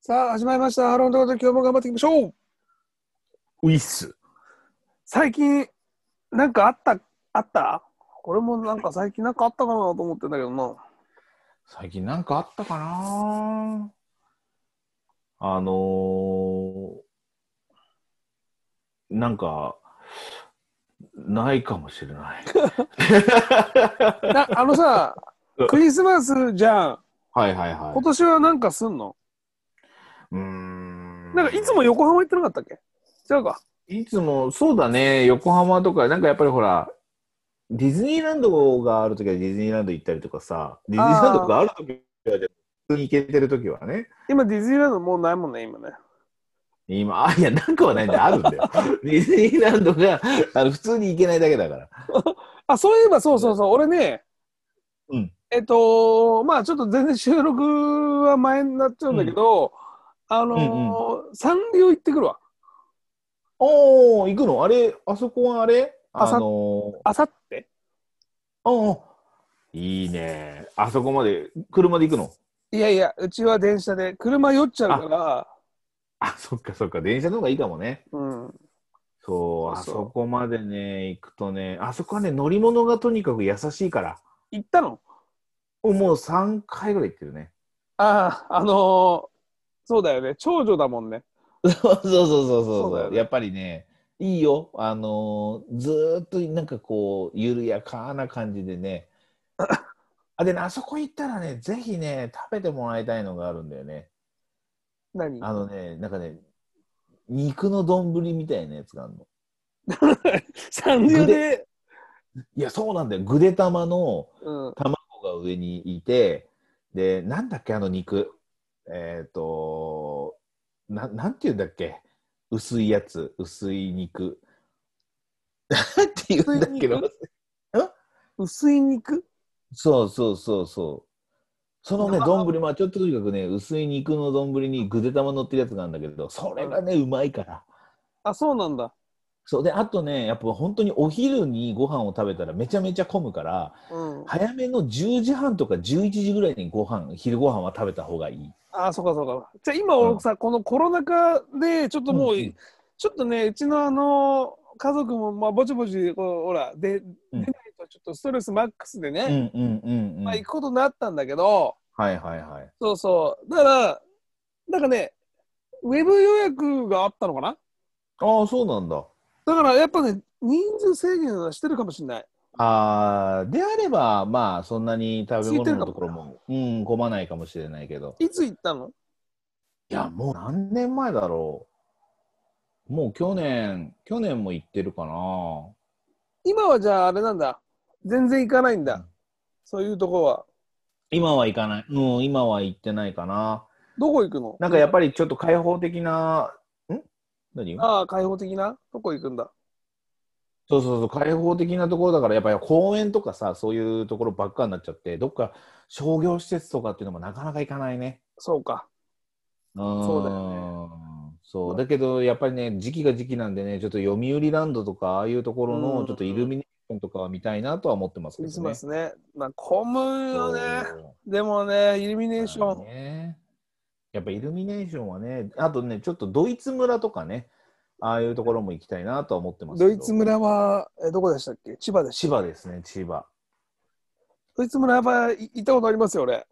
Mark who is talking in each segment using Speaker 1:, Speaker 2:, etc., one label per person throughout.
Speaker 1: さあ、始まりました。ハローのと今日も頑張っていきましょう。
Speaker 2: ウィッス。
Speaker 1: 最近、なんかあった、あった俺もなんか最近なんかあったかなと思ってんだけどな。
Speaker 2: 最近なんかあったかなあのー、なんか、ないかもしれない。
Speaker 1: なあのさ
Speaker 2: うん、
Speaker 1: クリスマスじゃん。
Speaker 2: はいはいは
Speaker 1: 今年はなんかすんの
Speaker 2: い。うーん。
Speaker 1: なんかいつも横浜行ってなかったっけ違うか。
Speaker 2: いつも、そうだね、横浜とか、なんかやっぱりほら、ディズニーランドがあるときはディズニーランド行ったりとかさ、ディズニーランドがあるときは、普通に行けてるときはね、
Speaker 1: 今ディズニーランドもうないもんね、今ね。
Speaker 2: 今、あ、いや、なんかはないんだよ、あるんだ よ。ディズニーランドが、あの、普通に行けないだけだから。
Speaker 1: あ、そういえばそうそうそう。俺ね、
Speaker 2: うん。
Speaker 1: えっと、まあちょっと全然収録は前になっちゃうんだけど、あのー三流行ってくるわ。
Speaker 2: おー、行くのあれ、あそこはあれ
Speaker 1: あ
Speaker 2: あ
Speaker 1: さ
Speaker 2: のー、
Speaker 1: あさって
Speaker 2: ああ、いいね。あそこまで、車で行くの
Speaker 1: いやいや、うちは電車で、車酔っちゃうから、
Speaker 2: あ、そっかそっか、電車の方がいいかもね。
Speaker 1: うん、
Speaker 2: そう、あ
Speaker 1: そうそう
Speaker 2: そこまでね、行くとね、あそこはね、乗り物がとにかく優しいから、
Speaker 1: 行ったの
Speaker 2: もう3回ぐらい行ってるね。
Speaker 1: ああ、あのー、そうだよね、長女だもんね。
Speaker 2: そうそうそうそう
Speaker 1: そうだ
Speaker 2: そ
Speaker 1: よ
Speaker 2: う、
Speaker 1: ね
Speaker 2: やっぱりね、いいよ。あのーずーっとなんかこう、緩やかな感じでね。 あ、でね、あそこ行ったらね、ぜひね、食べてもらいたいのがあるんだよね。
Speaker 1: 何
Speaker 2: あのね、なんかね、肉の丼みたいなやつがあるの。
Speaker 1: 三流で、
Speaker 2: いや、そうなんだよ。ぐで玉の
Speaker 1: うん、
Speaker 2: 卵が上にいて、で、なんだっけ、あの肉。えっ、とな、なんて言うんだっけ。薄いやつ、薄い肉。なんて言うんだっけな
Speaker 1: 薄い肉薄い肉
Speaker 2: そうそうそうそう。そのね、
Speaker 1: 生
Speaker 2: 丼、まあちょっととにかくね、薄い肉の丼にぐで玉乗ってるやつがあるんだけど、それがね、うまいから。
Speaker 1: あ、そうなんだ。
Speaker 2: そうで、あとね、やっぱ本当にお昼にご飯を食べたらめちゃめちゃ混むから、
Speaker 1: うん、
Speaker 2: 早めの10時半とか11時ぐらいにご飯昼ご飯は食べた方がいい。
Speaker 1: あ、そうかそうか。じゃあ今俺さ、このコロナ禍で、ちょっともう、
Speaker 2: うんうん
Speaker 1: ちょっとね、うちのあのー家族も、まあ、ぼちぼち、こうほら、で、出
Speaker 2: うん
Speaker 1: ないとちょっとストレスマックスでね、
Speaker 2: うんうんうんうん。
Speaker 1: まあ、
Speaker 2: は
Speaker 1: 行
Speaker 2: い
Speaker 1: くことになったんだけど、
Speaker 2: はいはい。
Speaker 1: そうそう。だから、なんかね、ウェブ予約があったのかな
Speaker 2: ああ、そうなんだ。
Speaker 1: だからやっぱね、人数制限はしてるかもしれない。
Speaker 2: ああ、であれば、まあそんなに食
Speaker 1: 空
Speaker 2: べ
Speaker 1: いてる
Speaker 2: 物
Speaker 1: かも
Speaker 2: のところも、うん、混まないかもしれないけど。
Speaker 1: いつ行ったの
Speaker 2: いや、もう何年前だろう。もう去年、去年も行ってるかな。
Speaker 1: 今はじゃああれなんだ。全然行かないんだ。そういうとこは。
Speaker 2: 今は行かない。うん、今は行ってないかな。
Speaker 1: どこ行くの
Speaker 2: なんかやっぱりちょっと開放的な、ん何
Speaker 1: ああ、開放的などこ行くんだ
Speaker 2: そうそうそう、開放的なところだから、やっぱり公園とかさ、そういうところばっかになっちゃって、どっか商業施設とかっていうのもなかなか行かないね。
Speaker 1: そうか。
Speaker 2: そ
Speaker 1: そうだよね
Speaker 2: ね。そうだけど、やっぱりね、時期が時期なんでね、ちょっと読売ランドとか、ああいうところ
Speaker 1: うん
Speaker 2: の、ちょっとイルミネーションとかは見たいなとは思ってます
Speaker 1: ク
Speaker 2: けどね。
Speaker 1: リスマスね。まあ、混むよね。
Speaker 2: そう
Speaker 1: でもね、イルミネーション。
Speaker 2: ね。やっぱイルミネーションはね、あとね、ちょっとドイツ村とかね、ああいうところも行きたいなとは思ってますけ
Speaker 1: ド
Speaker 2: ど。
Speaker 1: イツ村は、えどこでしたっけ千葉でし
Speaker 2: 千葉ですね、千葉。
Speaker 1: ドイツ村はやっぱい行ったことありますよ、俺。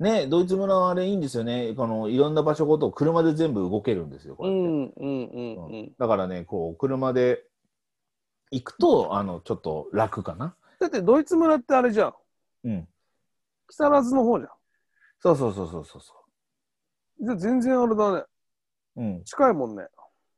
Speaker 2: ね、ドイツ村はあれいいんですよね。このいろんな場所ごと車で全部動けるんですよ。こ
Speaker 1: う
Speaker 2: うやって
Speaker 1: ん、うん、うん、うん。
Speaker 2: だからね、こう車で行くとあのちょっと楽かな。
Speaker 1: だってドイツ村ってあれじゃん。
Speaker 2: うん。
Speaker 1: 木更津の方じゃん。
Speaker 2: そうそうそうそうそうそ
Speaker 1: じゃあ全然あれだね。
Speaker 2: う。うん。
Speaker 1: 近いもんね。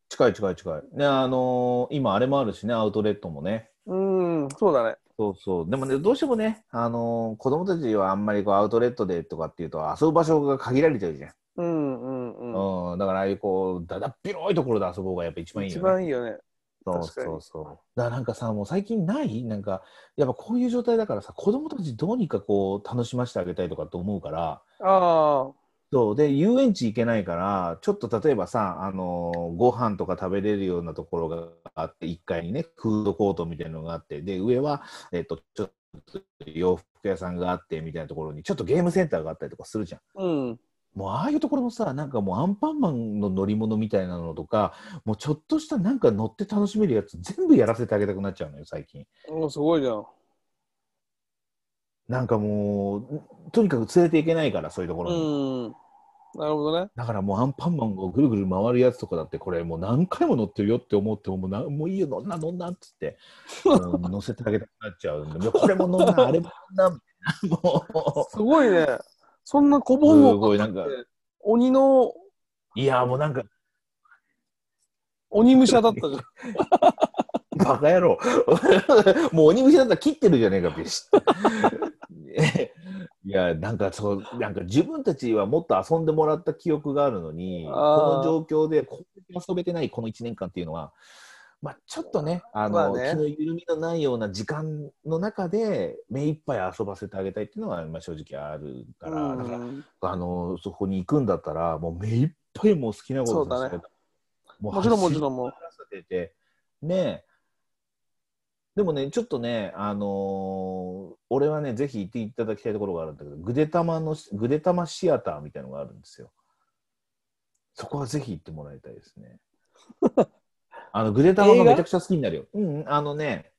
Speaker 2: 近い近い近い。ね、あのー今あれもあるしね、アウトレットもね。
Speaker 1: うーん、そうだね。
Speaker 2: そうそう。でもね、どうしてもね、あのー子供たちはあんまりこうアウトレットでとかっていうと遊ぶ場所が限られちゃうじゃん。
Speaker 1: うんうんうん。
Speaker 2: うん。だからああいうこう、だだっ広いところで遊ぼうがやっぱ一番いいよ
Speaker 1: 一
Speaker 2: ね。
Speaker 1: 番いいよね。
Speaker 2: そう
Speaker 1: 確かに
Speaker 2: そうそう。だからなんかさ、もう最近ないなんか、やっぱこういう状態だからさ、子供たちどうにかこう、楽しませてあげたいとかって思うから、
Speaker 1: ああ、
Speaker 2: そう、で、遊園地行けないから、ちょっと例えばさ、あのーご飯とか食べれるようなところがあって、1階にね、フードコートみたいなのがあって、で、上は、えっと、ちょっと洋服屋さんがあってみたいなところに、ちょっとゲームセンターがあったりとかするじゃん。
Speaker 1: うん。
Speaker 2: もうああいうところのさなんかもうアンパンマンの乗り物みたいなのとかもうちょっとしたなんか乗って楽しめるやつ全部やらせてあげたくなっちゃうのよ最近
Speaker 1: おすごいじゃん。
Speaker 2: なんかもうとにかく連れていけないからそういうとこ
Speaker 1: う
Speaker 2: ろに、
Speaker 1: ん。なるほどね。
Speaker 2: だからもうアンパンマンがぐるぐる回るやつとかだってこれもう何回も乗ってるよって思ってももうなもういいよ乗んな乗んなっつって、うん乗せてあげたくなっちゃうんでいやこれも乗んなあれも乗んなみたいな も
Speaker 1: すごいね。そんな小
Speaker 2: うす
Speaker 1: 盆を
Speaker 2: ごいなんか
Speaker 1: 鬼の
Speaker 2: いやもうなんか
Speaker 1: 鬼武者だったじゃん。
Speaker 2: バカ野郎。 もう鬼虫だったら切ってるじゃねえか、ビシッ いや、なんかそう、なんか自分たちはもっと遊んでもらった記憶があるのに、こ
Speaker 1: あー
Speaker 2: の状況でこうやって遊べてないこの1年間っていうのは、まあ、ちょっとね、あの、
Speaker 1: まあね
Speaker 2: 気の緩みのないような時間の中で、目いっぱい遊ばせてあげたいっていうのは、まあ、正直あるから、だから
Speaker 1: うん
Speaker 2: あの、そこに行くんだったら、もう目いっぱいもう好きなことさせて
Speaker 1: そうだね
Speaker 2: もう
Speaker 1: もちろんも
Speaker 2: 走
Speaker 1: ち
Speaker 2: り
Speaker 1: ろんもう。
Speaker 2: 出てねえでもねちょっとねあのー俺はねぜひ行っていただきたいところがあるんだけどグデタマのグデタマシアターみたいのがあるんですよそこはぜひ行ってもらいたいです ねあのグデタマ
Speaker 1: 映
Speaker 2: が
Speaker 1: 画
Speaker 2: めちゃくちゃ好きになるようんうんあのね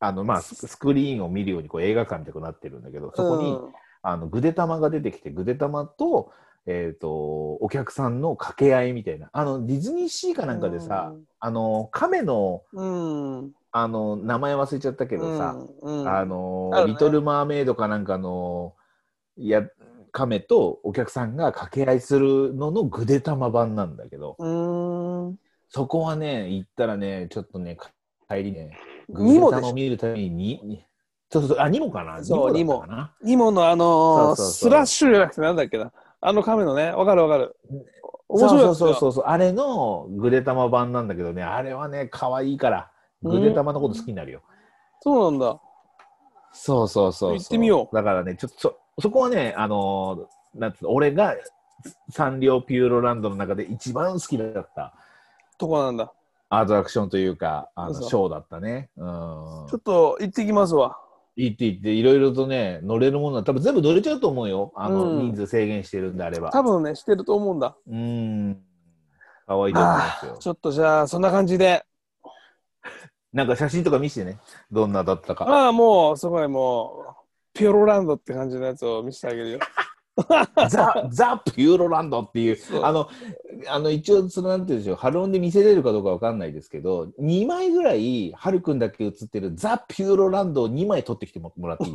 Speaker 2: あのまあススクリーンを見るようにこう映画館みたくなってるんだけどそこに、
Speaker 1: うん
Speaker 2: あのぐで玉が出てきてぐで玉と,、えー、とお客さんの掛け合いみたいなあのディズニーシーかなんかでさ、あの亀の
Speaker 1: うん。うん。
Speaker 2: あの名前忘れちゃったけどさ、
Speaker 1: うん、うん
Speaker 2: あの
Speaker 1: あるね
Speaker 2: リトル・マーメイドかなんかのや亀とお客さんが掛け合いするののぐで玉版なんだけど
Speaker 1: うーん。
Speaker 2: そこはね行ったらねちょっとね帰りねぐ
Speaker 1: ニ
Speaker 2: で
Speaker 1: モで
Speaker 2: 玉
Speaker 1: し
Speaker 2: を
Speaker 1: ょ
Speaker 2: 見るためにににそうそうそうあニモかな
Speaker 1: そう
Speaker 2: ニモだったかな
Speaker 1: ニモのあのー
Speaker 2: そうそうそ
Speaker 1: ス
Speaker 2: う
Speaker 1: ラッシュじゃなくてなんだっけな。あの亀のね、わかるわかる。面白いやつだ
Speaker 2: そうそうそうそうそうあれのぐでたま版なんだけどねあれはね可愛いからぐでたまのこと好きになるよ、
Speaker 1: そうなんだ。
Speaker 2: そうそうそうそう
Speaker 1: 行ってみよう
Speaker 2: だからねちょっとそそこはねあのーなんつうの俺がサンリオピューロランドの中で一番好きだった
Speaker 1: とこなんだ。
Speaker 2: アトラクションというかあの
Speaker 1: そうそう
Speaker 2: ショーだったねうん行
Speaker 1: ちょっと行ってきますわ。
Speaker 2: って行っていろいろとね乗れるものは多分全部乗れちゃうと思うよあの、
Speaker 1: うん
Speaker 2: 人数制限してるんであれば
Speaker 1: 多分ね、してると思うんだ。
Speaker 2: うん可愛いと思いま
Speaker 1: あ
Speaker 2: すよ
Speaker 1: あ、ちょっとじゃあ、そんな感じで。
Speaker 2: なんか写真とか見せてねどんなだったか
Speaker 1: ああ、もう、すごいもう、ピョロランドって感じのやつを見せてあげるよ。
Speaker 2: ザ・ザ・ピューロランドっていう
Speaker 1: そう
Speaker 2: あのあの一応そのなんていうんでしょうハロンで見せれるかどうかわかんないですけど2枚ぐらいハルくんだけ写ってるザ・ピューロランドを2枚取ってきてもらってい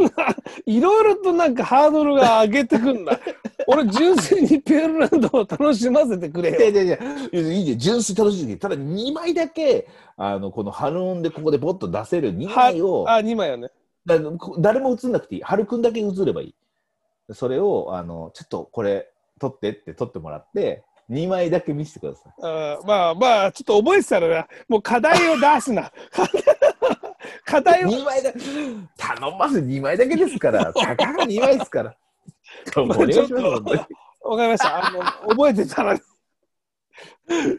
Speaker 2: い
Speaker 1: いろいろとなんかハードルが上げてくん だ。俺、純粋にピョロランドを楽しませてくれ
Speaker 2: いや
Speaker 1: よ。
Speaker 2: いやいやいやいいよ純粋に楽しいけどただ2枚だけあのこのハロンでここでボッと出せる2枚を
Speaker 1: あ、2枚よね。
Speaker 2: だこ誰も写んなくていいハルくんだけ写ればいいそれをあのちょっとこれ取ってって取ってもらって2枚だけ見せてください
Speaker 1: あーまあまあ、ちょっと覚えてたらな、もう課題を出すな。 課題を
Speaker 2: 2枚だ頼まず2枚だけですから、たかが2枚ですから。お願いします本当に
Speaker 1: わかりました。あの、覚えてたら。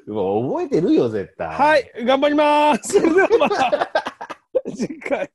Speaker 2: もう覚えてるよ、絶対。
Speaker 1: はい、頑張ります。それではまた、次回。